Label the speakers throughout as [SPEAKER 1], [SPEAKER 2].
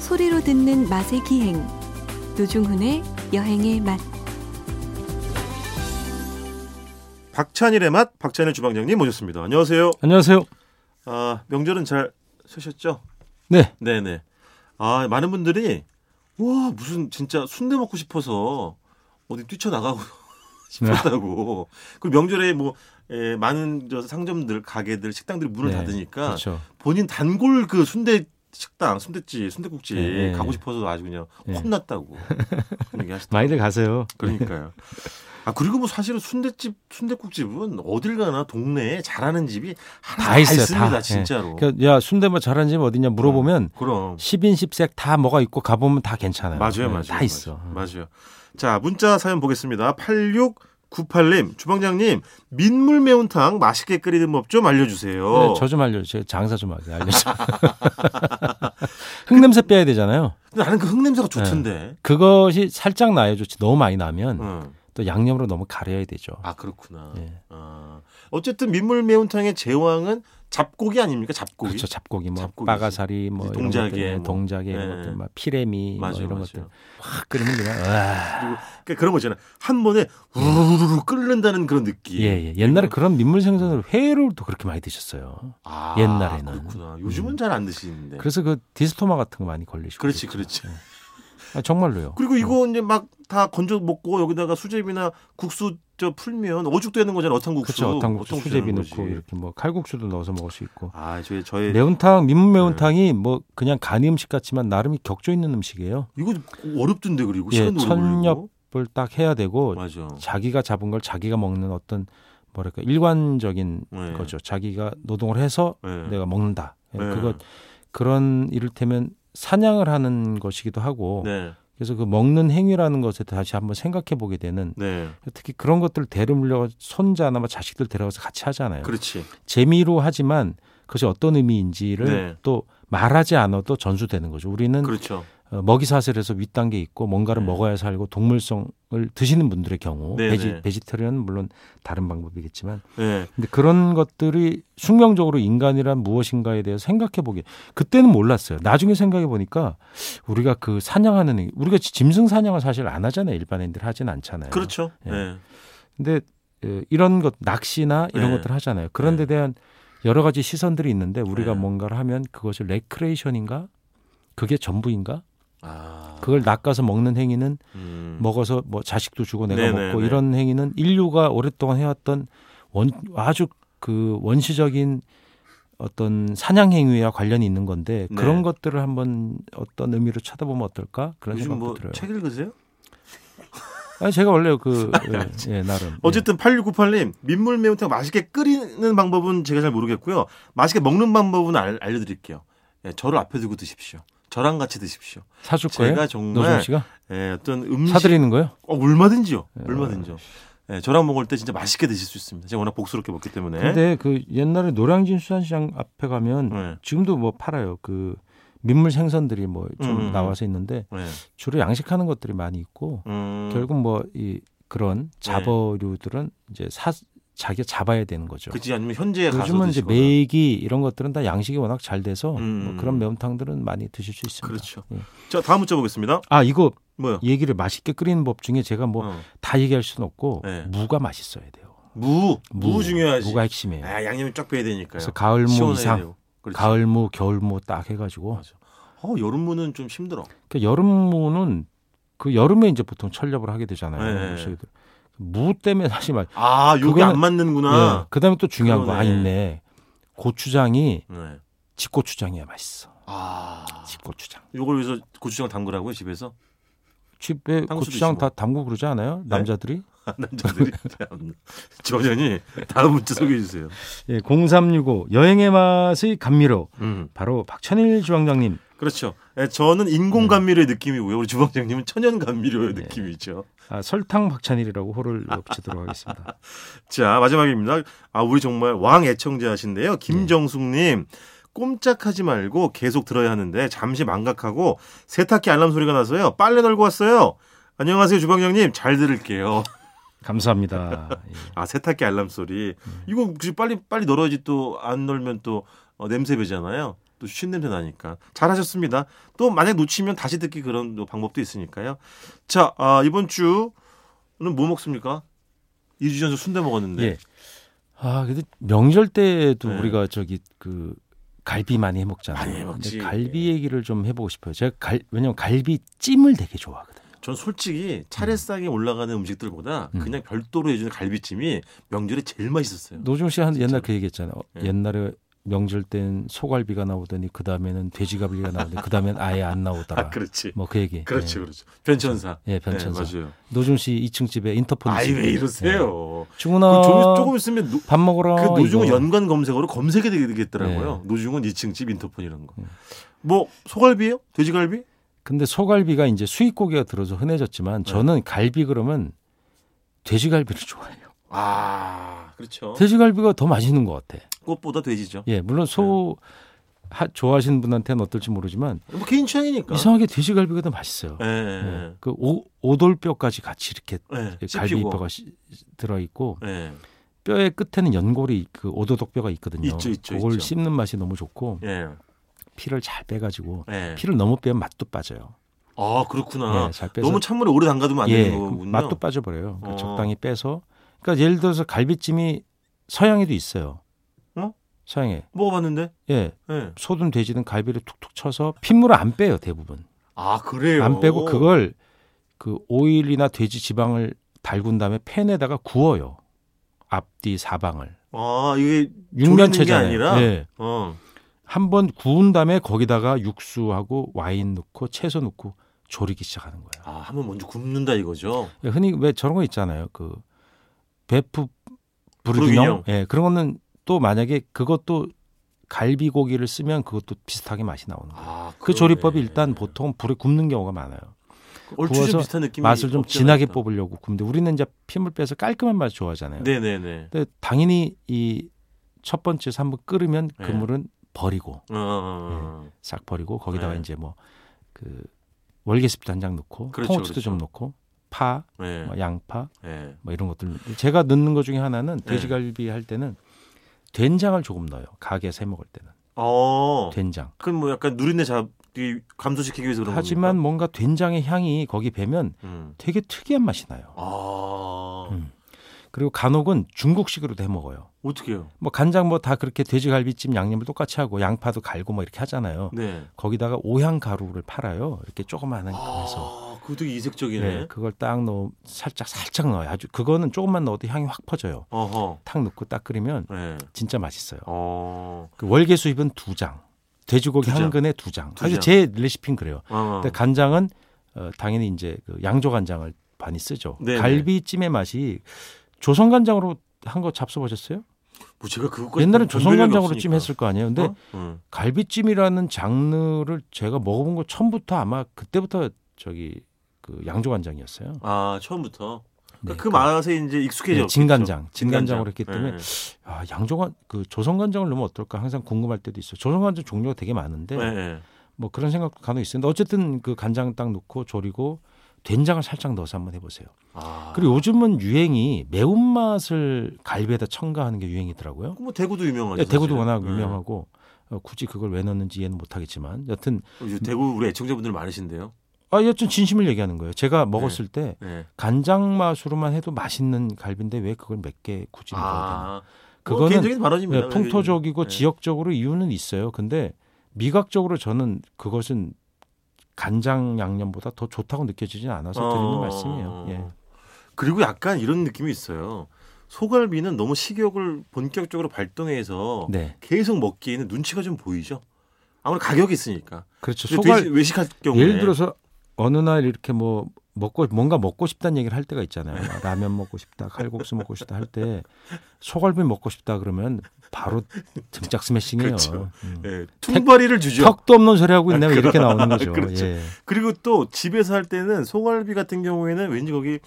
[SPEAKER 1] 소리로 듣는 맛의 기행 노중훈의 여행의 맛
[SPEAKER 2] 박찬일의 맛 박찬일 주방장님 모셨습니다. 안녕하세요.
[SPEAKER 3] 안녕하세요.
[SPEAKER 2] 아, 명절은 잘 쉬셨죠?
[SPEAKER 3] 네.
[SPEAKER 2] 네네. 아 많은 분들이 와 무슨 진짜 순대 먹고 싶어서 어디 뛰쳐나가고 싶었다고.
[SPEAKER 3] 네.
[SPEAKER 2] 그리고 명절에 뭐 예, 많은 저 상점들 가게들 식당들이 문을
[SPEAKER 3] 네,
[SPEAKER 2] 닫으니까
[SPEAKER 3] 그렇죠.
[SPEAKER 2] 본인 단골 그 순대 식당 순대집 순대국집
[SPEAKER 3] 네.
[SPEAKER 2] 가고 싶어서 아주 그냥
[SPEAKER 3] 네.
[SPEAKER 2] 혼났다고 그런 얘기 하시더라고요.
[SPEAKER 3] 많이들 가세요.
[SPEAKER 2] 그러니까요. 아 그리고 뭐 사실은 순대집 순대국집은 어딜 가나 동네에 잘하는 집이 하나
[SPEAKER 3] 다
[SPEAKER 2] 다
[SPEAKER 3] 있어요,
[SPEAKER 2] 있습니다
[SPEAKER 3] 다.
[SPEAKER 2] 진짜로.
[SPEAKER 3] 그러니까 야 순대만 잘하는 집 어디냐 물어보면
[SPEAKER 2] 그럼
[SPEAKER 3] 10인 10색 다 뭐가 있고 가보면 다 괜찮아요.
[SPEAKER 2] 아. 맞아요,
[SPEAKER 3] 네,
[SPEAKER 2] 맞아요.
[SPEAKER 3] 다 있어.
[SPEAKER 2] 맞아요. 자, 문자 사연 보겠습니다. 8698님, 주방장님, 민물 매운탕 맛있게 끓이는 법 좀 알려주세요.
[SPEAKER 3] 네, 저 좀 알려주세요. 장사 좀 하게 알려주세요. 흙냄새 빼야 되잖아요.
[SPEAKER 2] 근데 나는 그
[SPEAKER 3] 네.
[SPEAKER 2] 흙냄새가 좋던데.
[SPEAKER 3] 그것이 살짝 나야 좋지 너무 많이 나면
[SPEAKER 2] 응.
[SPEAKER 3] 또 양념으로 너무 가려야 되죠.
[SPEAKER 2] 아, 그렇구나.
[SPEAKER 3] 네.
[SPEAKER 2] 아, 어쨌든 민물 매운탕의 제왕은 잡고기 아닙니까? 잡고기.
[SPEAKER 3] 그렇죠. 잡고기 뭐
[SPEAKER 2] 잡고기지.
[SPEAKER 3] 빠가사리 뭐 이런
[SPEAKER 2] 동작에
[SPEAKER 3] 것들, 네,
[SPEAKER 2] 뭐.
[SPEAKER 3] 동작에
[SPEAKER 2] 네.
[SPEAKER 3] 이런 것들 막 피레미 뭐
[SPEAKER 2] 맞아요, 예.
[SPEAKER 3] 이런
[SPEAKER 2] 맞아요.
[SPEAKER 3] 것들 확 끓이면 그냥 와.
[SPEAKER 2] 그러니까 그런 거잖아요. 한 번에 우르르르 끓는다는 그런 느낌.
[SPEAKER 3] 예, 예. 옛날에 그런 민물 생선으로 회를 또 그렇게 많이 드셨어요.
[SPEAKER 2] 아,
[SPEAKER 3] 옛날에는. 음.
[SPEAKER 2] 그렇구나. 요즘은 잘 안 드시는데.
[SPEAKER 3] 그래서 그 디스토마 같은 거 많이 걸리시고.
[SPEAKER 2] 네. 그렇지,
[SPEAKER 3] 그랬죠.
[SPEAKER 2] 그렇지.
[SPEAKER 3] 아, 정말로요.
[SPEAKER 2] 그리고 이거 이제 막 다 건져 먹고 여기다가 수제비나 국수 저 풀면 어죽 되는 거잖아요. 어탕국수.
[SPEAKER 3] 그렇죠. 어탕국수
[SPEAKER 2] 어탕국수
[SPEAKER 3] 수제비
[SPEAKER 2] 되는
[SPEAKER 3] 넣고
[SPEAKER 2] 거지.
[SPEAKER 3] 이렇게 뭐 칼국수도 넣어서 먹을 수 있고.
[SPEAKER 2] 아, 네. 저희 저의
[SPEAKER 3] 매운탕 민물 매운탕이 뭐 그냥 간이 음식 같지만 나름이 격조 있는 음식이에요.
[SPEAKER 2] 이거 어렵던데 그리고
[SPEAKER 3] 예,
[SPEAKER 2] 시간도 오래
[SPEAKER 3] 천엽. 뭐
[SPEAKER 2] 걸리고.
[SPEAKER 3] 그걸 딱 해야 되고
[SPEAKER 2] 맞아.
[SPEAKER 3] 자기가 잡은 걸 자기가 먹는 어떤 뭐랄까 일관적인
[SPEAKER 2] 네.
[SPEAKER 3] 거죠. 자기가 노동을 해서
[SPEAKER 2] 네.
[SPEAKER 3] 내가 먹는다. 예,
[SPEAKER 2] 네.
[SPEAKER 3] 그거 그런 이를테면 사냥을 하는 것이기도 하고
[SPEAKER 2] 네.
[SPEAKER 3] 그래서 그 먹는 행위라는 것에 다시 한번 생각해 보게 되는
[SPEAKER 2] 네.
[SPEAKER 3] 특히 그런 것들 대물려 손자나 뭐 자식들 데려가서 같이 하잖아요.
[SPEAKER 2] 그렇지.
[SPEAKER 3] 재미로 하지만 그것이 어떤 의미인지를
[SPEAKER 2] 네.
[SPEAKER 3] 또 말하지 않아도 전수되는 거죠. 우리는
[SPEAKER 2] 그렇죠.
[SPEAKER 3] 어, 먹이 사슬에서 윗단계 있고 뭔가를
[SPEAKER 2] 네.
[SPEAKER 3] 먹어야 살고 동물성을 드시는 분들의 경우
[SPEAKER 2] 네네.
[SPEAKER 3] 베지, 베지터리언은 물론 다른 방법이겠지만
[SPEAKER 2] 네.
[SPEAKER 3] 근데 그런 것들이 숙명적으로 인간이란 무엇인가에 대해서 생각해 보게 그때는 몰랐어요. 나중에 생각해 보니까 우리가 그 사냥하는 행위, 우리가 짐승 사냥을 사실 안 하잖아요. 일반인들 하진 않잖아요.
[SPEAKER 2] 그렇죠.
[SPEAKER 3] 예.
[SPEAKER 2] 네.
[SPEAKER 3] 근데 어, 이런 것 낚시나 이런
[SPEAKER 2] 네.
[SPEAKER 3] 것들 하잖아요. 그런 데 대한 여러 가지 시선들이 있는데 우리가
[SPEAKER 2] 네.
[SPEAKER 3] 뭔가를 하면 그것을 레크레이션인가? 그게 전부인가?
[SPEAKER 2] 아.
[SPEAKER 3] 그걸 낚아서 먹는 행위는
[SPEAKER 2] 음.
[SPEAKER 3] 먹어서 뭐 자식도 주고 내가
[SPEAKER 2] 네네네.
[SPEAKER 3] 먹고 이런 행위는 인류가 오랫동안 해왔던 원 아주 그 원시적인 어떤 사냥 행위와 관련이 있는 건데
[SPEAKER 2] 네.
[SPEAKER 3] 그런 것들을 한번 어떤 의미로 쳐다보면 어떨까 그런
[SPEAKER 2] 요즘
[SPEAKER 3] 생각도
[SPEAKER 2] 뭐
[SPEAKER 3] 들어요.
[SPEAKER 2] 책 읽으세요?
[SPEAKER 3] 아니 제가 원래 그 예, 예, 나름
[SPEAKER 2] 어쨌든 8698님 민물 매운탕 맛있게 끓이는 방법은 제가 잘 모르겠고요. 맛있게 먹는 방법은 알, 알려드릴게요. 예, 저를 앞에 두고 드십시오. 저랑 같이 드십시오.
[SPEAKER 3] 예. 사줄 거예요.
[SPEAKER 2] 제가
[SPEAKER 3] 노종
[SPEAKER 2] 정말
[SPEAKER 3] 씨가
[SPEAKER 2] 예, 어떤 음식
[SPEAKER 3] 사드리는 거예요?
[SPEAKER 2] 어, 얼마든지요.
[SPEAKER 3] 예.
[SPEAKER 2] 얼마든지요. 예, 저랑 먹을 때 진짜 맛있게 드실 수 있습니다. 제가 워낙 복스럽게 먹기 때문에.
[SPEAKER 3] 근데 그 옛날에 노량진 수산시장 앞에 가면
[SPEAKER 2] 예,
[SPEAKER 3] 지금도 뭐 팔아요. 그 민물 생선들이 뭐 좀
[SPEAKER 2] 음.
[SPEAKER 3] 나와서 있는데
[SPEAKER 2] 예.
[SPEAKER 3] 주로 양식하는 것들이 많이 있고
[SPEAKER 2] 음, 네.
[SPEAKER 3] 결국 뭐 이 그런 잡어류들은 이제 사 자기가 잡아야 되는 거죠.
[SPEAKER 2] 그지 아니면 현재에 가서
[SPEAKER 3] 요즘은 이제
[SPEAKER 2] 드시거나.
[SPEAKER 3] 메기 이런 것들은 다 양식이 워낙 잘 돼서
[SPEAKER 2] 음.
[SPEAKER 3] 뭐 그런 매운탕들은 많이 드실 수 있습니다.
[SPEAKER 2] 그렇죠.
[SPEAKER 3] 예.
[SPEAKER 2] 자 다음 문자 보겠습니다.
[SPEAKER 3] 아 이거
[SPEAKER 2] 뭐요?
[SPEAKER 3] 얘기를 맛있게 끓이는 법 중에 제가 뭐 다
[SPEAKER 2] 어.
[SPEAKER 3] 얘기할 수는 없고
[SPEAKER 2] 네.
[SPEAKER 3] 무가 맛있어야 돼요.
[SPEAKER 2] 무, 무, 중요하지.
[SPEAKER 3] 무가 핵심이에요.
[SPEAKER 2] 아, 양념이 쫙 배야 되니까요.
[SPEAKER 3] 그래서 가을무
[SPEAKER 2] 시원해야
[SPEAKER 3] 이상,
[SPEAKER 2] 되고. 그렇죠. 그렇지.
[SPEAKER 3] 가을무, 겨울무 딱 해가지고
[SPEAKER 2] 맞아. 어, 여름무는 좀 힘들어.
[SPEAKER 3] 그 여름무는 그 여름에 이제 보통 철렵을 하게 되잖아요.
[SPEAKER 2] 네.
[SPEAKER 3] 그래서 무 때문에 사실 막
[SPEAKER 2] 아, 요게
[SPEAKER 3] 그거는-
[SPEAKER 2] 안 맞는구나.
[SPEAKER 3] 예. 그다음에 또 중요한 거 아
[SPEAKER 2] 그러네.
[SPEAKER 3] 있네. 고추장이
[SPEAKER 2] 네.
[SPEAKER 3] 집고추장이야 맛있어.
[SPEAKER 2] 아,
[SPEAKER 3] 집고추장.
[SPEAKER 2] 요걸 위해서 고추장 담그라고요 집에서
[SPEAKER 3] 집에
[SPEAKER 2] 수도
[SPEAKER 3] 고추장 네.
[SPEAKER 2] 있지
[SPEAKER 3] 다 담고 그러지 않아요? 남자들이?
[SPEAKER 2] 남자들이 지원장님 다음 문자 소개해 주세요.
[SPEAKER 3] 예, 0365 여행의 맛의 감미로
[SPEAKER 2] 음,
[SPEAKER 3] 바로 박찬일 주방장님.
[SPEAKER 2] 그렇죠. 예, 저는 인공 감미료의 느낌이고요. 우리 주방장님은 천연 감미료의
[SPEAKER 3] 네.
[SPEAKER 2] 느낌이죠.
[SPEAKER 3] 아, 설탕 박찬일이라고 호를 붙이도록 하겠습니다.
[SPEAKER 2] 자 마지막입니다. 아 우리 정말 왕 애청자신데요. 김정숙님. 꼼짝하지 말고 계속 들어야 하는데 잠시 망각하고 세탁기 알람 소리가 나서요. 빨래 널고 왔어요. 안녕하세요 주방장님 잘 들을게요.
[SPEAKER 3] 감사합니다. 예.
[SPEAKER 2] 아 세탁기 알람 소리. 이거 혹시 빨리 빨리 널어야지 또 안 널면 또 어, 냄새 배잖아요. 또 쉰냄새 나니까 잘하셨습니다. 또 만약 놓치면 다시 듣기 그런 또 방법도 있으니까요. 자 아, 이번 주는 뭐 먹습니까? 2주 전에 순대 먹었는데
[SPEAKER 3] 예. 아, 근데 명절 때도
[SPEAKER 2] 네.
[SPEAKER 3] 우리가 저기 그 갈비 많이 해 먹잖아요.
[SPEAKER 2] 많이 해먹지.
[SPEAKER 3] 근데 갈비 얘기를 좀 해보고 싶어요. 제가 갈 왜냐면 갈비 찜을 되게 좋아하거든요.
[SPEAKER 2] 전 솔직히 차례상에 올라가는 음식들보다
[SPEAKER 3] 음.
[SPEAKER 2] 그냥 별도로 해주는 갈비찜이 명절에 제일 맛있었어요.
[SPEAKER 3] 노종 씨한 옛날 그 얘기했잖아요. 어,
[SPEAKER 2] 음, 예.
[SPEAKER 3] 옛날에 명절 땐 소갈비가 나오더니 그 다음에는 돼지갈비가 나오더니 그 다음엔 아예 안 나오다가
[SPEAKER 2] 아 그렇지,
[SPEAKER 3] 뭐 그 얘기.
[SPEAKER 2] 그렇지, 그렇죠. 변천사.
[SPEAKER 3] 예, 예 변천사.
[SPEAKER 2] 네, 맞아요.
[SPEAKER 3] 노종 씨 2층 집에 인터폰.
[SPEAKER 2] 아이
[SPEAKER 3] 있어요.
[SPEAKER 2] 왜 이러세요?
[SPEAKER 3] 예. 중훈아.
[SPEAKER 2] 그 조금, 조금 있으면 노,
[SPEAKER 3] 밥 먹으러.
[SPEAKER 2] 그 노중은
[SPEAKER 3] 이거. 네.
[SPEAKER 2] 연관 검색어로 검색이 되겠더라고요. 노중은 2층 집 인터폰이라는
[SPEAKER 3] 음.
[SPEAKER 2] 거. 뭐 소갈비예요? 돼지갈비?
[SPEAKER 3] 근데 소갈비가 이제 수입고기가 들어서 흔해졌지만
[SPEAKER 2] 네.
[SPEAKER 3] 저는 갈비 그러면 돼지갈비를 좋아해요.
[SPEAKER 2] 아 그렇죠.
[SPEAKER 3] 돼지갈비가 더 맛있는 것 같아.
[SPEAKER 2] 꽃보다 돼지죠.
[SPEAKER 3] 예, 물론 소
[SPEAKER 2] 네.
[SPEAKER 3] 하, 좋아하시는 분한테는 어떨지 모르지만
[SPEAKER 2] 뭐 개인 취향이니까.
[SPEAKER 3] 이상하게 돼지갈비가 더 맛있어요.
[SPEAKER 2] 예,
[SPEAKER 3] 예,
[SPEAKER 2] 예,
[SPEAKER 3] 그 오, 오돌뼈까지 같이 이렇게
[SPEAKER 2] 예. 예, 씹히고.
[SPEAKER 3] 갈비뼈가 시- 들어있고
[SPEAKER 2] 예,
[SPEAKER 3] 뼈의 끝에는 연골이 그 오도독뼈가 있거든요.
[SPEAKER 2] 있죠, 있죠,
[SPEAKER 3] 그걸
[SPEAKER 2] 있죠.
[SPEAKER 3] 씹는 맛이 너무 좋고
[SPEAKER 2] 예,
[SPEAKER 3] 피를 잘 빼가지고
[SPEAKER 2] 예.
[SPEAKER 3] 피를 너무 빼면 맛도 빠져요.
[SPEAKER 2] 아 그렇구나.
[SPEAKER 3] 예, 잘 빼서
[SPEAKER 2] 너무 찬물에 오래 담가두면 안
[SPEAKER 3] 예,
[SPEAKER 2] 되는
[SPEAKER 3] 그
[SPEAKER 2] 거군요.
[SPEAKER 3] 맛도 빠져버려요. 그러니까
[SPEAKER 2] 어.
[SPEAKER 3] 적당히 빼서 그러니까 예를 들어서 갈비찜이 서양에도 있어요.
[SPEAKER 2] 어?
[SPEAKER 3] 서양에
[SPEAKER 2] 먹어봤는데.
[SPEAKER 3] 예
[SPEAKER 2] 예.
[SPEAKER 3] 소든 돼지든 갈비를 툭툭 쳐서 핏물을 안 빼요 대부분.
[SPEAKER 2] 아 그래요.
[SPEAKER 3] 안 빼고 그걸 그 오일이나 돼지 지방을 달군 다음에 팬에다가 구워요. 앞뒤 사방을
[SPEAKER 2] 아 이게
[SPEAKER 3] 육면
[SPEAKER 2] 게
[SPEAKER 3] 채잖아요.
[SPEAKER 2] 아니라?
[SPEAKER 3] 예.
[SPEAKER 2] 어.
[SPEAKER 3] 한번 구운 다음에 거기다가 육수하고 와인 넣고 채소 넣고 조리기 시작하는 거예요.
[SPEAKER 2] 아 한번 먼저 굽는다 이거죠.
[SPEAKER 3] 예, 흔히 왜 저런 거 있잖아요. 그 베프
[SPEAKER 2] 부르기뇽.
[SPEAKER 3] 부르기뇽. 예, 그런 거는 또 만약에 그것도 갈비 고기를 쓰면 그것도 비슷하게 맛이 나오는 거예요.
[SPEAKER 2] 아,
[SPEAKER 3] 그
[SPEAKER 2] 그러네.
[SPEAKER 3] 조리법이 일단 보통 불에 굽는 경우가 많아요.
[SPEAKER 2] 얼추
[SPEAKER 3] 구워서
[SPEAKER 2] 좀 비슷한 느낌이
[SPEAKER 3] 맛을 좀
[SPEAKER 2] 없지
[SPEAKER 3] 진하게
[SPEAKER 2] 않을까.
[SPEAKER 3] 뽑으려고 굽는데 우리는 이제 핏물 빼서 깔끔한 맛 좋아하잖아요.
[SPEAKER 2] 네네네.
[SPEAKER 3] 근데 당연히 이 첫 번째 한번 끓으면 그
[SPEAKER 2] 네.
[SPEAKER 3] 물은 버리고
[SPEAKER 2] 어, 어, 어.
[SPEAKER 3] 싹 버리고 거기다가
[SPEAKER 2] 네.
[SPEAKER 3] 이제 뭐 그 월계스프 한장 넣고
[SPEAKER 2] 그렇죠,
[SPEAKER 3] 통후추도
[SPEAKER 2] 그렇죠.
[SPEAKER 3] 좀 넣고 파,
[SPEAKER 2] 네.
[SPEAKER 3] 뭐 양파
[SPEAKER 2] 네.
[SPEAKER 3] 뭐 이런 것들 제가 넣는 것 중에 하나는
[SPEAKER 2] 네.
[SPEAKER 3] 돼지갈비 할 때는 된장을 조금 넣어요. 가게 새 먹을 때는
[SPEAKER 2] 어.
[SPEAKER 3] 된장.
[SPEAKER 2] 그럼 뭐 약간 누린내 잡기 감소시키기 위해서 그런
[SPEAKER 3] 하지만
[SPEAKER 2] 겁니까?
[SPEAKER 3] 뭔가 된장의 향이 거기 배면
[SPEAKER 2] 음.
[SPEAKER 3] 되게 특이한 맛이 나요.
[SPEAKER 2] 아.
[SPEAKER 3] 음. 그리고 간혹은 중국식으로도 해 먹어요.
[SPEAKER 2] 어떻게요?
[SPEAKER 3] 뭐 간장 뭐 다 그렇게 돼지갈비찜 양념을 똑같이 하고 양파도 갈고 뭐 이렇게 하잖아요.
[SPEAKER 2] 네.
[SPEAKER 3] 거기다가 오향 가루를 팔아요. 이렇게 조그마한 그래서
[SPEAKER 2] 아, 그것도 이색적이네.
[SPEAKER 3] 네, 그걸 딱 넣어 살짝 살짝 넣어요. 아주 그거는 조금만 넣어도 향이 확 퍼져요.
[SPEAKER 2] 어허.
[SPEAKER 3] 탁 넣고 딱 끓이면
[SPEAKER 2] 네.
[SPEAKER 3] 진짜 맛있어요.
[SPEAKER 2] 어.
[SPEAKER 3] 그 월계 수잎은 두 장, 돼지고기
[SPEAKER 2] 두 장.
[SPEAKER 3] 한 근에 두 장.
[SPEAKER 2] 두
[SPEAKER 3] 아주
[SPEAKER 2] 장.
[SPEAKER 3] 제 레시피는 그래요.
[SPEAKER 2] 어.
[SPEAKER 3] 근데 간장은 어, 당연히 이제 그 양조 간장을 많이 쓰죠.
[SPEAKER 2] 네네.
[SPEAKER 3] 갈비찜의 맛이 조선 간장으로 한 거 잡숴보셨어요?
[SPEAKER 2] 뭐 제가 그것까지
[SPEAKER 3] 옛날엔
[SPEAKER 2] 본
[SPEAKER 3] 조선
[SPEAKER 2] 적이
[SPEAKER 3] 간장으로
[SPEAKER 2] 없으니까.
[SPEAKER 3] 찜했을 거 아니에요. 근데
[SPEAKER 2] 어? 응.
[SPEAKER 3] 갈비찜이라는 장르를 제가 먹어본 거 처음부터 아마 그때부터 저기 그 양조 간장이었어요.
[SPEAKER 2] 아 처음부터
[SPEAKER 3] 네,
[SPEAKER 2] 그 맛에 이제 네. 익숙해져.
[SPEAKER 3] 네, 진간장, 진간장으로 했기 때문에 아, 양조간 그 조선 간장을 넣으면 어떨까 항상 궁금할 때도 있어요. 조선 간장 종류가 되게 많은데
[SPEAKER 2] 네. 네.
[SPEAKER 3] 뭐 그런 생각도 간혹 있었는데 어쨌든 그 간장 딱 넣고 조리고 된장을 살짝 넣어서 한번 해보세요.
[SPEAKER 2] 아. 그리고
[SPEAKER 3] 그리고 요즘은 유행이 매운맛을 갈비에다 첨가하는 게 유행이더라고요.
[SPEAKER 2] 뭐 대구도 유명하죠.
[SPEAKER 3] 예, 대구도
[SPEAKER 2] 사실은.
[SPEAKER 3] 워낙
[SPEAKER 2] 네.
[SPEAKER 3] 유명하고 어, 굳이 그걸 왜 넣는지 이해는 못하겠지만 여튼
[SPEAKER 2] 요즘 대구 우리 애청자분들 많으신데요.
[SPEAKER 3] 아 여튼 진심을 얘기하는 거예요. 제가 먹었을 때
[SPEAKER 2] 네.
[SPEAKER 3] 간장 맛으로만 해도 맛있는 갈비인데 왜 그걸 몇 개 굳이 먹어야 되나?
[SPEAKER 2] 아, 뭐
[SPEAKER 3] 그거는
[SPEAKER 2] 개인적인 발언입니다.
[SPEAKER 3] 예, 풍토적이고
[SPEAKER 2] 네.
[SPEAKER 3] 지역적으로 이유는 있어요. 근데 미각적으로 저는 그것은 간장 양념보다 더 좋다고 느껴지진 않아서 드리는
[SPEAKER 2] 어.
[SPEAKER 3] 말씀이에요. 예.
[SPEAKER 2] 그리고 약간 이런 느낌이 있어요. 소갈비는 너무 식욕을 본격적으로 발동해서
[SPEAKER 3] 네,
[SPEAKER 2] 계속 먹기에는 눈치가 좀 보이죠. 아무래도 가격이 있으니까.
[SPEAKER 3] 그렇죠.
[SPEAKER 2] 근데
[SPEAKER 3] 소갈
[SPEAKER 2] 돼지- 외식할 경우에
[SPEAKER 3] 예를 들어서 어느 날 이렇게 뭐 먹고 뭔가 먹고 싶다는 얘기를 할 때가 있잖아요. 막 라면 먹고 싶다, 칼국수 먹고 싶다 할 때 소갈비 먹고 싶다 그러면 바로 등짝 스매싱이에요.
[SPEAKER 2] 그렇죠.
[SPEAKER 3] 음.
[SPEAKER 2] 예, 퉁바리를 주죠.
[SPEAKER 3] 턱도 없는 소리 하고 있네
[SPEAKER 2] 아,
[SPEAKER 3] 뭐 이렇게
[SPEAKER 2] 그럼.
[SPEAKER 3] 나오는 거죠.
[SPEAKER 2] 그렇죠.
[SPEAKER 3] 예.
[SPEAKER 2] 그리고 또 집에서 할 때는 소갈비 같은 경우에는 왠지 거기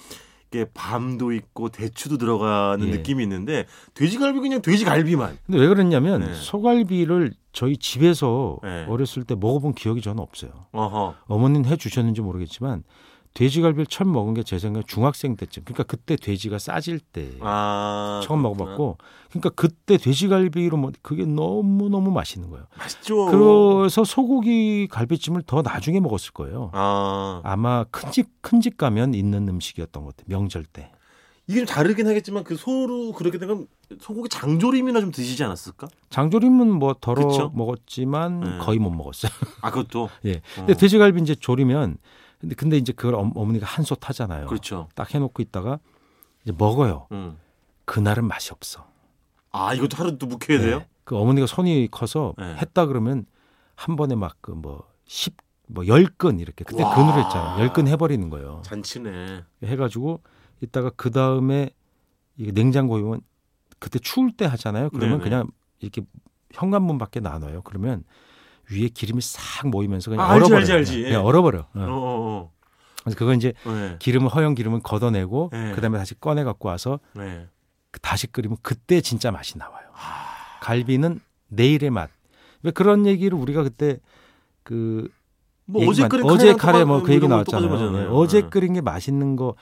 [SPEAKER 2] 이게 밤도 있고 대추도 들어가는
[SPEAKER 3] 예.
[SPEAKER 2] 느낌이 있는데 돼지갈비 그냥 돼지갈비만.
[SPEAKER 3] 근데 왜 그랬냐면
[SPEAKER 2] 네.
[SPEAKER 3] 소갈비를 저희 집에서
[SPEAKER 2] 네.
[SPEAKER 3] 어렸을 때 먹어본 기억이 저는 없어요.
[SPEAKER 2] 어허.
[SPEAKER 3] 어머니는 해 주셨는지 모르겠지만 돼지갈비를 처음 먹은 게 제 생각에 중학생 때쯤. 그러니까 그때 돼지가 싸질 때
[SPEAKER 2] 아
[SPEAKER 3] 예. 처음
[SPEAKER 2] 그렇구나.
[SPEAKER 3] 먹어봤고, 그러니까 그때 돼지갈비로 먹 그게 너무 너무 맛있는 거예요.
[SPEAKER 2] 맛있죠.
[SPEAKER 3] 그래서 소고기 갈비찜을 더 나중에 먹었을 거예요.
[SPEAKER 2] 아
[SPEAKER 3] 아마 큰집 큰 집 가면 있는 음식이었던 것 같아요. 명절 때.
[SPEAKER 2] 이게 좀 다르긴 하겠지만 그 소로 그렇게 되면 소고기 장조림이나 좀 드시지 않았을까?
[SPEAKER 3] 장조림은 뭐 덜어
[SPEAKER 2] 그쵸?
[SPEAKER 3] 먹었지만
[SPEAKER 2] 네.
[SPEAKER 3] 거의 못 먹었어요.
[SPEAKER 2] 아 그것도
[SPEAKER 3] 예.
[SPEAKER 2] 어.
[SPEAKER 3] 근데 돼지갈비 이제 조리면 근데 근데 이제 그걸 어, 어머니가 한솥 하잖아요.
[SPEAKER 2] 그렇죠.
[SPEAKER 3] 딱 해놓고 있다가 이제 먹어요.
[SPEAKER 2] 음.
[SPEAKER 3] 그날은 맛이 없어.
[SPEAKER 2] 아 이것도 하루 또 묵혀야
[SPEAKER 3] 네.
[SPEAKER 2] 돼요?
[SPEAKER 3] 그 어머니가 손이 커서
[SPEAKER 2] 네.
[SPEAKER 3] 했다 그러면 한 번에 막그뭐 그뭐10뭐 10근 이렇게 그때
[SPEAKER 2] 와.
[SPEAKER 3] 근으로 했잖아요. 10근 해버리는 거예요.
[SPEAKER 2] 잔치네.
[SPEAKER 3] 해가지고 이따가 그 다음에 이 냉장고에 보면 그때 추울 때 하잖아요. 그러면
[SPEAKER 2] 네네.
[SPEAKER 3] 그냥 이렇게 현관문 밖에 나눠요. 그러면 위에 기름이 싹 모이면서 그냥
[SPEAKER 2] 아, 알지,
[SPEAKER 3] 얼어버려.
[SPEAKER 2] 알지, 알지. 예.
[SPEAKER 3] 그냥 얼어버려. 어.
[SPEAKER 2] 어, 어,
[SPEAKER 3] 그래서 그거 이제
[SPEAKER 2] 어. 네.
[SPEAKER 3] 기름을 허영 기름을 걷어내고
[SPEAKER 2] 네.
[SPEAKER 3] 그다음에 다시 꺼내 갖고 와서
[SPEAKER 2] 네.
[SPEAKER 3] 그- 다시 끓이면 그때 진짜 맛이 나와요. 갈비는 내일의 맛. 왜 그런 얘기를 우리가 그때 그
[SPEAKER 2] 뭐
[SPEAKER 3] 얘기만-
[SPEAKER 2] 어제 끓인
[SPEAKER 3] 어제
[SPEAKER 2] 카레랑
[SPEAKER 3] 카레 뭐
[SPEAKER 2] 똑같-
[SPEAKER 3] 그 얘기
[SPEAKER 2] 이런 거
[SPEAKER 3] 나왔잖아요.
[SPEAKER 2] 똑같은 거잖아요.
[SPEAKER 3] 예, 어제
[SPEAKER 2] 네.
[SPEAKER 3] 끓인 게 맛있는 거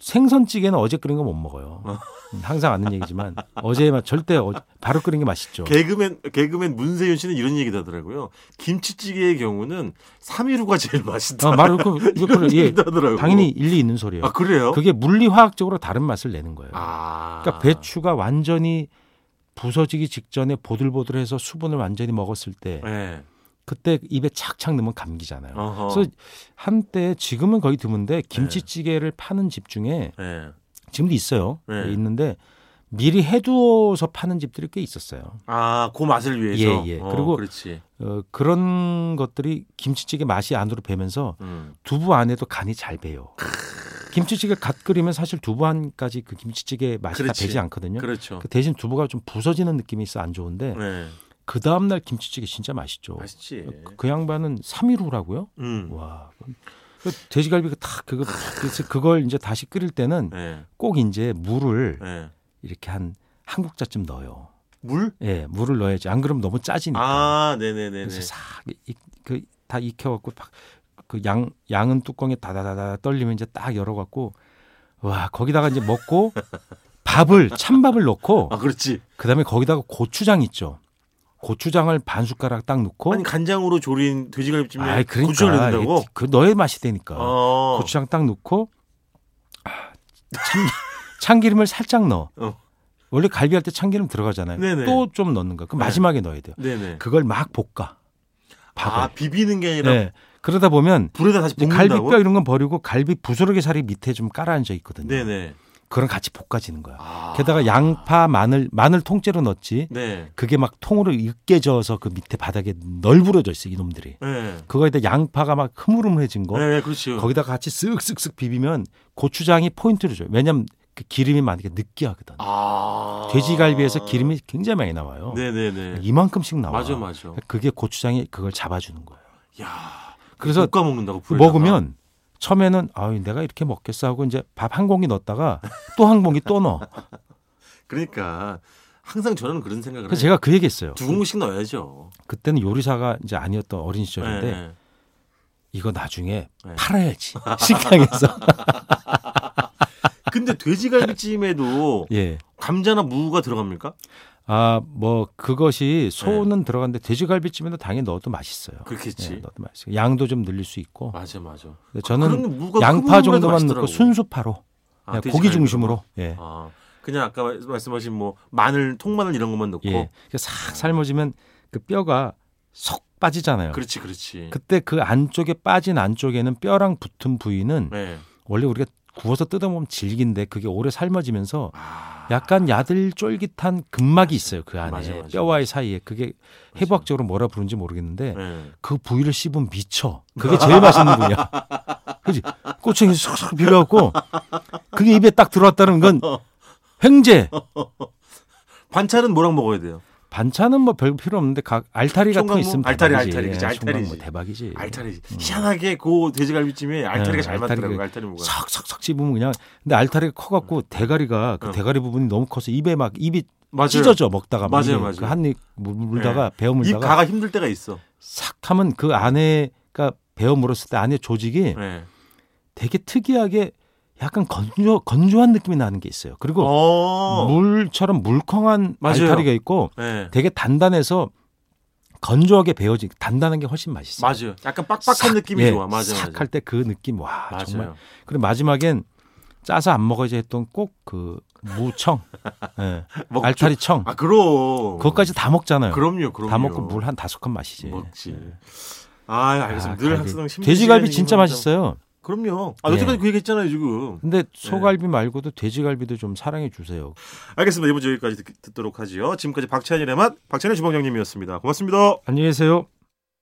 [SPEAKER 3] 생선찌개는 어제 끓인 거 못 먹어요.
[SPEAKER 2] 어.
[SPEAKER 3] 음, 항상 아는 얘기지만 어제의 맛 절대 어- 바로 끓인 게 맛있죠.
[SPEAKER 2] 개그맨 개그맨 문세윤 씨는 이런 얘기도 하더라고요. 김치찌개의 경우는 3일후가 제일 맛있다.
[SPEAKER 3] 아, 말을 그 이거 그래. 예,
[SPEAKER 2] 얘기도 하더라고요.
[SPEAKER 3] 당연히 일리 있는 소리예요.
[SPEAKER 2] 아 그래요?
[SPEAKER 3] 그게 물리화학적으로 다른 맛을 내는 거예요.
[SPEAKER 2] 아
[SPEAKER 3] 그러니까 배추가 완전히 부서지기 직전에 보들보들해서 수분을 완전히 먹었을 때
[SPEAKER 2] 네.
[SPEAKER 3] 그때 입에 착착 넣으면 감기잖아요.
[SPEAKER 2] 어허.
[SPEAKER 3] 그래서 한때 지금은 거의 드문데 김치찌개를 파는 집 중에
[SPEAKER 2] 네.
[SPEAKER 3] 지금도 있어요. 예,
[SPEAKER 2] 네.
[SPEAKER 3] 있는데 미리 해두어서 파는 집들이 꽤 있었어요.
[SPEAKER 2] 아그 맛을 위해서.
[SPEAKER 3] 예, 예.
[SPEAKER 2] 어,
[SPEAKER 3] 그리고-
[SPEAKER 2] 그렇지.
[SPEAKER 3] 어, 그런 것들이 김치찌개 맛이 안으로 배면서
[SPEAKER 2] 음.
[SPEAKER 3] 두부 안에도 간이 잘 배요. 김치찌개 갓 끓이면 사실 두부 안까지 그 김치찌개 맛이
[SPEAKER 2] 그렇지.
[SPEAKER 3] 다 배지 않거든요.
[SPEAKER 2] 그렇죠.
[SPEAKER 3] 그 대신 두부가 좀 부서지는 느낌이 있어 안 좋은데
[SPEAKER 2] 네.
[SPEAKER 3] 그 다음 날 김치찌개 진짜 맛있죠.
[SPEAKER 2] 맛있지.
[SPEAKER 3] 그, 뭐 그 양반은 3일 후라고요?
[SPEAKER 2] 음.
[SPEAKER 3] 와. 그 돼지갈비가 탁 그거 그래서 그걸 이제 다시 끓일 때는
[SPEAKER 2] 네.
[SPEAKER 3] 꼭 이제 물을
[SPEAKER 2] 네.
[SPEAKER 3] 이렇게 한 한 국자쯤 넣어요.
[SPEAKER 2] 물?
[SPEAKER 3] 예, 물을 넣어야지. 안 그러면 너무 짜지니까.
[SPEAKER 2] 아, 네네네.
[SPEAKER 3] 그래서 싹그다 익혀 갖고 그 양 양은 뚜껑에 다다다다 떨리면 이제 딱 열어 갖고 와, 거기다가 이제 먹고 밥을 찬밥을 넣고
[SPEAKER 2] 아, 그렇지.
[SPEAKER 3] 그다음에 거기다가 고추장 있죠. 고추장을 반 숟가락 딱 넣고
[SPEAKER 2] 아니 간장으로 조린 돼지갈비찜에
[SPEAKER 3] 어? 아이,
[SPEAKER 2] 고추를 넣는다고?
[SPEAKER 3] 이게 그 너의 맛이 되니까.
[SPEAKER 2] 어.
[SPEAKER 3] 고추장 딱 넣고 아, 참, 참기름을 살짝 넣어.
[SPEAKER 2] 어.
[SPEAKER 3] 원래 갈비 할 때 참기름 들어가잖아요.
[SPEAKER 2] 네네.
[SPEAKER 3] 또 좀 넣는 거야. 그럼
[SPEAKER 2] 네.
[SPEAKER 3] 마지막에 넣어야 돼요.
[SPEAKER 2] 네네.
[SPEAKER 3] 그걸 막 볶아. 밥을.
[SPEAKER 2] 아, 비비는 게 아니라
[SPEAKER 3] 네. 그러다 보면
[SPEAKER 2] 불에다 다시
[SPEAKER 3] 이제
[SPEAKER 2] 볶는다고?
[SPEAKER 3] 갈비뼈 이런 건 버리고 갈비 부스러기 살이 밑에 좀 깔아앉아 있거든요.
[SPEAKER 2] 네네.
[SPEAKER 3] 그랑 같이 볶아지는 거야.
[SPEAKER 2] 아.
[SPEAKER 3] 게다가 양파, 마늘, 마늘 통째로 넣었지.
[SPEAKER 2] 네.
[SPEAKER 3] 그게 막 통으로 으깨져서 그 밑에 바닥에 널브러져 있어 이놈들이.
[SPEAKER 2] 네.
[SPEAKER 3] 그거에다 양파가 막 흐물흐물해진 거.
[SPEAKER 2] 네, 그렇죠.
[SPEAKER 3] 거기다가 같이 쓱쓱쓱 비비면 고추장이 포인트를 줘요. 왜냐하면 그 기름이 많으니까 느끼하거든.
[SPEAKER 2] 아.
[SPEAKER 3] 돼지갈비에서 기름이 굉장히 많이 나와요.
[SPEAKER 2] 네네네.
[SPEAKER 3] 이만큼씩 나와.
[SPEAKER 2] 맞아, 맞아.
[SPEAKER 3] 그게 고추장이 그걸 잡아주는 거예요.
[SPEAKER 2] 야.
[SPEAKER 3] 그래서
[SPEAKER 2] 볶아 먹는다고 불에다가.
[SPEAKER 3] 먹으면 처음에는 아 내가 이렇게 먹겠어 하고 이제 밥 한 공기 넣었다가 또 한 공기 또 넣어.
[SPEAKER 2] 그러니까 항상 저는 그런 생각을
[SPEAKER 3] 그래서
[SPEAKER 2] 해요.
[SPEAKER 3] 제가 그 얘기했어요.
[SPEAKER 2] 두 공씩 넣어야죠.
[SPEAKER 3] 그때는 요리사가 이제 아니었던 어린 시절인데
[SPEAKER 2] 네.
[SPEAKER 3] 이거 나중에
[SPEAKER 2] 네.
[SPEAKER 3] 팔아야지 식당에서.
[SPEAKER 2] 근데 돼지갈비찜에도
[SPEAKER 3] 예.
[SPEAKER 2] 감자나 무가 들어갑니까?
[SPEAKER 3] 아 뭐
[SPEAKER 2] 네.
[SPEAKER 3] 그것이 소는 들어갔는데 돼지갈비찜에도 당연히 넣어도 맛있어요.
[SPEAKER 2] 그렇겠지.
[SPEAKER 3] 네, 넣어도 맛있어요. 양도 좀 늘릴 수 있고.
[SPEAKER 2] 맞아 맞아.
[SPEAKER 3] 근데
[SPEAKER 2] 그런
[SPEAKER 3] 저는
[SPEAKER 2] 게 무가
[SPEAKER 3] 양파
[SPEAKER 2] 흐물흐물해서
[SPEAKER 3] 정도만
[SPEAKER 2] 맛있더라고.
[SPEAKER 3] 넣고 순수파로
[SPEAKER 2] 아,
[SPEAKER 3] 그냥 고기
[SPEAKER 2] 돼지갈비로.
[SPEAKER 3] 중심으로 예.
[SPEAKER 2] 아, 그냥 아까 말- 말씀하신 뭐 마늘, 통마늘 이런 것만 넣고.
[SPEAKER 3] 예. 그러니까 싹 삶아지면 그 뼈가 sok 빠지잖아요.
[SPEAKER 2] 그렇지, 그렇지.
[SPEAKER 3] 그때 그 안쪽에 빠진 안쪽에는 뼈랑 붙은 부위는
[SPEAKER 2] 네.
[SPEAKER 3] 원래 우리가 구워서 뜯어보면 질긴데 그게 오래 삶아지면서
[SPEAKER 2] 아,
[SPEAKER 3] 약간 야들쫄깃한 근막이 있어요 그 안에
[SPEAKER 2] 맞아, 맞아.
[SPEAKER 3] 뼈와의 사이에 그게 해부학적으로 뭐라 부르는지 모르겠는데
[SPEAKER 2] 네.
[SPEAKER 3] 그 부위를 씹으면 미쳐. 그게 제일 맛있는 부위야. 그지? 꼬챙이 쏙쏙 비벼갖고 그게 입에 딱 들어왔다는 건 횡재.
[SPEAKER 2] 반찬은 뭐랑 먹어야 돼요?
[SPEAKER 3] 반찬은 뭐 별거 필요 없는데 각 알타리 같은 거
[SPEAKER 2] 총각무?
[SPEAKER 3] 있으면
[SPEAKER 2] 알타리,
[SPEAKER 3] 대박이지.
[SPEAKER 2] 알타리, 그치,
[SPEAKER 3] 예,
[SPEAKER 2] 알타리지.
[SPEAKER 3] 총각무 대박이지.
[SPEAKER 2] 알타리. 희한하게 그 돼지갈비찜에 알타리가
[SPEAKER 3] 네,
[SPEAKER 2] 잘
[SPEAKER 3] 알타리가-
[SPEAKER 2] 맞더라고요. 알타리 뭐가.
[SPEAKER 3] 삭삭삭 씹으면 그냥 근데 알타리가 커갖고 대가리가 그
[SPEAKER 2] 어.
[SPEAKER 3] 대가리 부분이 너무 커서 입에 막 입이
[SPEAKER 2] 맞아요.
[SPEAKER 3] 찢어져 먹다가 막
[SPEAKER 2] 맞아요,
[SPEAKER 3] 입에
[SPEAKER 2] 맞아요. 예.
[SPEAKER 3] 그 한입 물- 물다가 베어
[SPEAKER 2] 입
[SPEAKER 3] 물다가
[SPEAKER 2] 가가 힘들 때가 있어.
[SPEAKER 3] 싹 하면 그 안에 그러니까 베어 물었을 때 안에 조직이
[SPEAKER 2] 네.
[SPEAKER 3] 되게 특이하게 약간 건조 건조한 느낌이 나는 게 있어요. 그리고
[SPEAKER 2] 어.
[SPEAKER 3] 물처럼 물컹한
[SPEAKER 2] 맞아요.
[SPEAKER 3] 알타리가 있고
[SPEAKER 2] 네.
[SPEAKER 3] 되게 단단해서 건조하게 베어지 단단한 게 훨씬 맛있어요.
[SPEAKER 2] 맞아요. 약간 빡빡한
[SPEAKER 3] 싹,
[SPEAKER 2] 느낌이
[SPEAKER 3] 예,
[SPEAKER 2] 좋아. 맞아요. 맞아요.
[SPEAKER 3] 싹할 때 그 느낌 와
[SPEAKER 2] 맞아요.
[SPEAKER 3] 정말. 그리고 마지막엔 짜서 안 먹어야지 했던 꼭 그 무청, 예,
[SPEAKER 2] 먹죠.
[SPEAKER 3] 알타리 청
[SPEAKER 2] 아 그럼.
[SPEAKER 3] 그것까지 다 먹잖아요.
[SPEAKER 2] 그럼요. 그럼요.
[SPEAKER 3] 다 먹고 물 한 다섯 컵 마시지. 네.
[SPEAKER 2] 먹지. 아 알겠습니다.
[SPEAKER 3] 아,
[SPEAKER 2] 늘
[SPEAKER 3] 갈비.
[SPEAKER 2] 학생 심.
[SPEAKER 3] 돼지갈비 진짜 맛있어요.
[SPEAKER 2] 그럼요. 아
[SPEAKER 3] 예.
[SPEAKER 2] 여태까지 그 얘기했잖아요 지금.
[SPEAKER 3] 근데 소갈비 말고도 돼지갈비도 좀 사랑해 주세요.
[SPEAKER 2] 알겠습니다. 이번 주 여기까지 듣, 도록 하지요. 지금까지 박찬일의 맛 박찬일 주방장님이었습니다. 고맙습니다.
[SPEAKER 3] 안녕히 계세요.